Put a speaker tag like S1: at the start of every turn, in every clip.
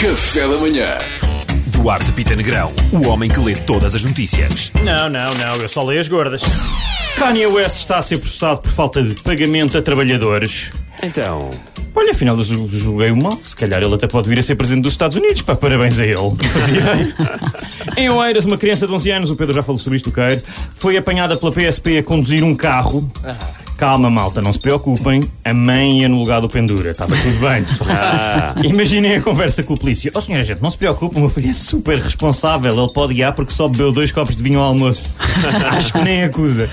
S1: Café da Manhã.
S2: Duarte Pita Negrão, o homem que lê todas as notícias.
S3: Não, não, não, eu só leio as gordas. Kanye West está a ser processado por falta de pagamento a trabalhadores.
S2: Então,
S3: Olha, afinal eu ju- julguei-o mal. Se calhar ele até pode vir a ser presidente dos Estados Unidos. Pá, parabéns a ele. Não fazia ideia. em Oeiras, uma criança de 11 anos, o Pedro já falou sobre isto, o Cairo, foi apanhada pela PSP a conduzir um carro. Calma, malta, não se preocupem. A mãe ia no lugar do pendura. Estava tudo bem. Imaginem a conversa com o polícia. Oh, senhora gente, não se preocupe. O meu filho é super responsável. Ele pode guiar porque só bebeu dois copos de vinho ao almoço. Acho que nem acusa.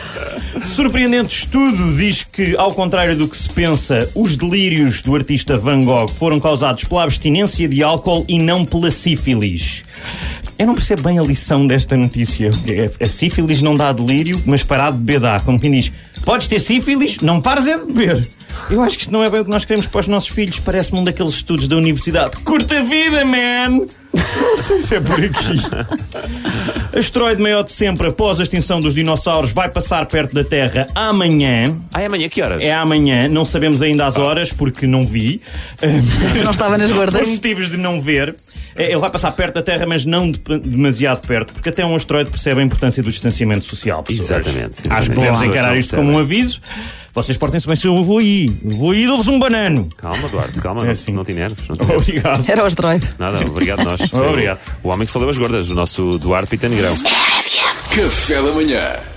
S3: Surpreendente estudo diz que, ao contrário do que se pensa, os delírios do artista Van Gogh foram causados pela abstinência de álcool e não pela sífilis. Eu não percebo bem a lição desta notícia. A sífilis não dá delírio, mas parar de beber dá. Como quem diz, podes ter sífilis, não pares é de beber. Eu acho que isto não é bem o que nós queremos para os nossos filhos. Parece-me um daqueles estudos da universidade. Curta vida, man! Não sei se é por aqui. Asteroide maior de sempre, após a extinção dos dinossauros, vai passar perto da Terra amanhã.
S2: ai Ah, amanhã que horas?
S3: É amanhã, não sabemos ainda
S2: Ah.
S3: as horas porque não vi.
S4: Não estava nas
S3: Por
S4: gordas.
S3: motivos de não ver, eh, ele vai passar perto da Terra, mas não de- demasiado perto, porque até um asteroide percebe a importância do distanciamento social. pessoas.
S2: Exatamente, exatamente.
S3: Acho que
S2: As
S3: devemos
S2: pessoas
S3: encarar
S2: não
S3: isto
S2: percebem.
S3: como um aviso. Vocês portem-se bem se eu vou aí. Vou aí, dou-vos um banano.
S2: Calma, Duarte, calma, não,
S3: assim.
S2: não te enerves. Não te enerves.
S3: Obrigado.
S4: Era o asteroide.
S2: Nada, obrigado nós.
S3: Oh.
S2: Foi o-
S3: Obrigado.
S2: O homem que só leu as gordas, o nosso Duarte Pita Negrão.
S1: Café da Manhã.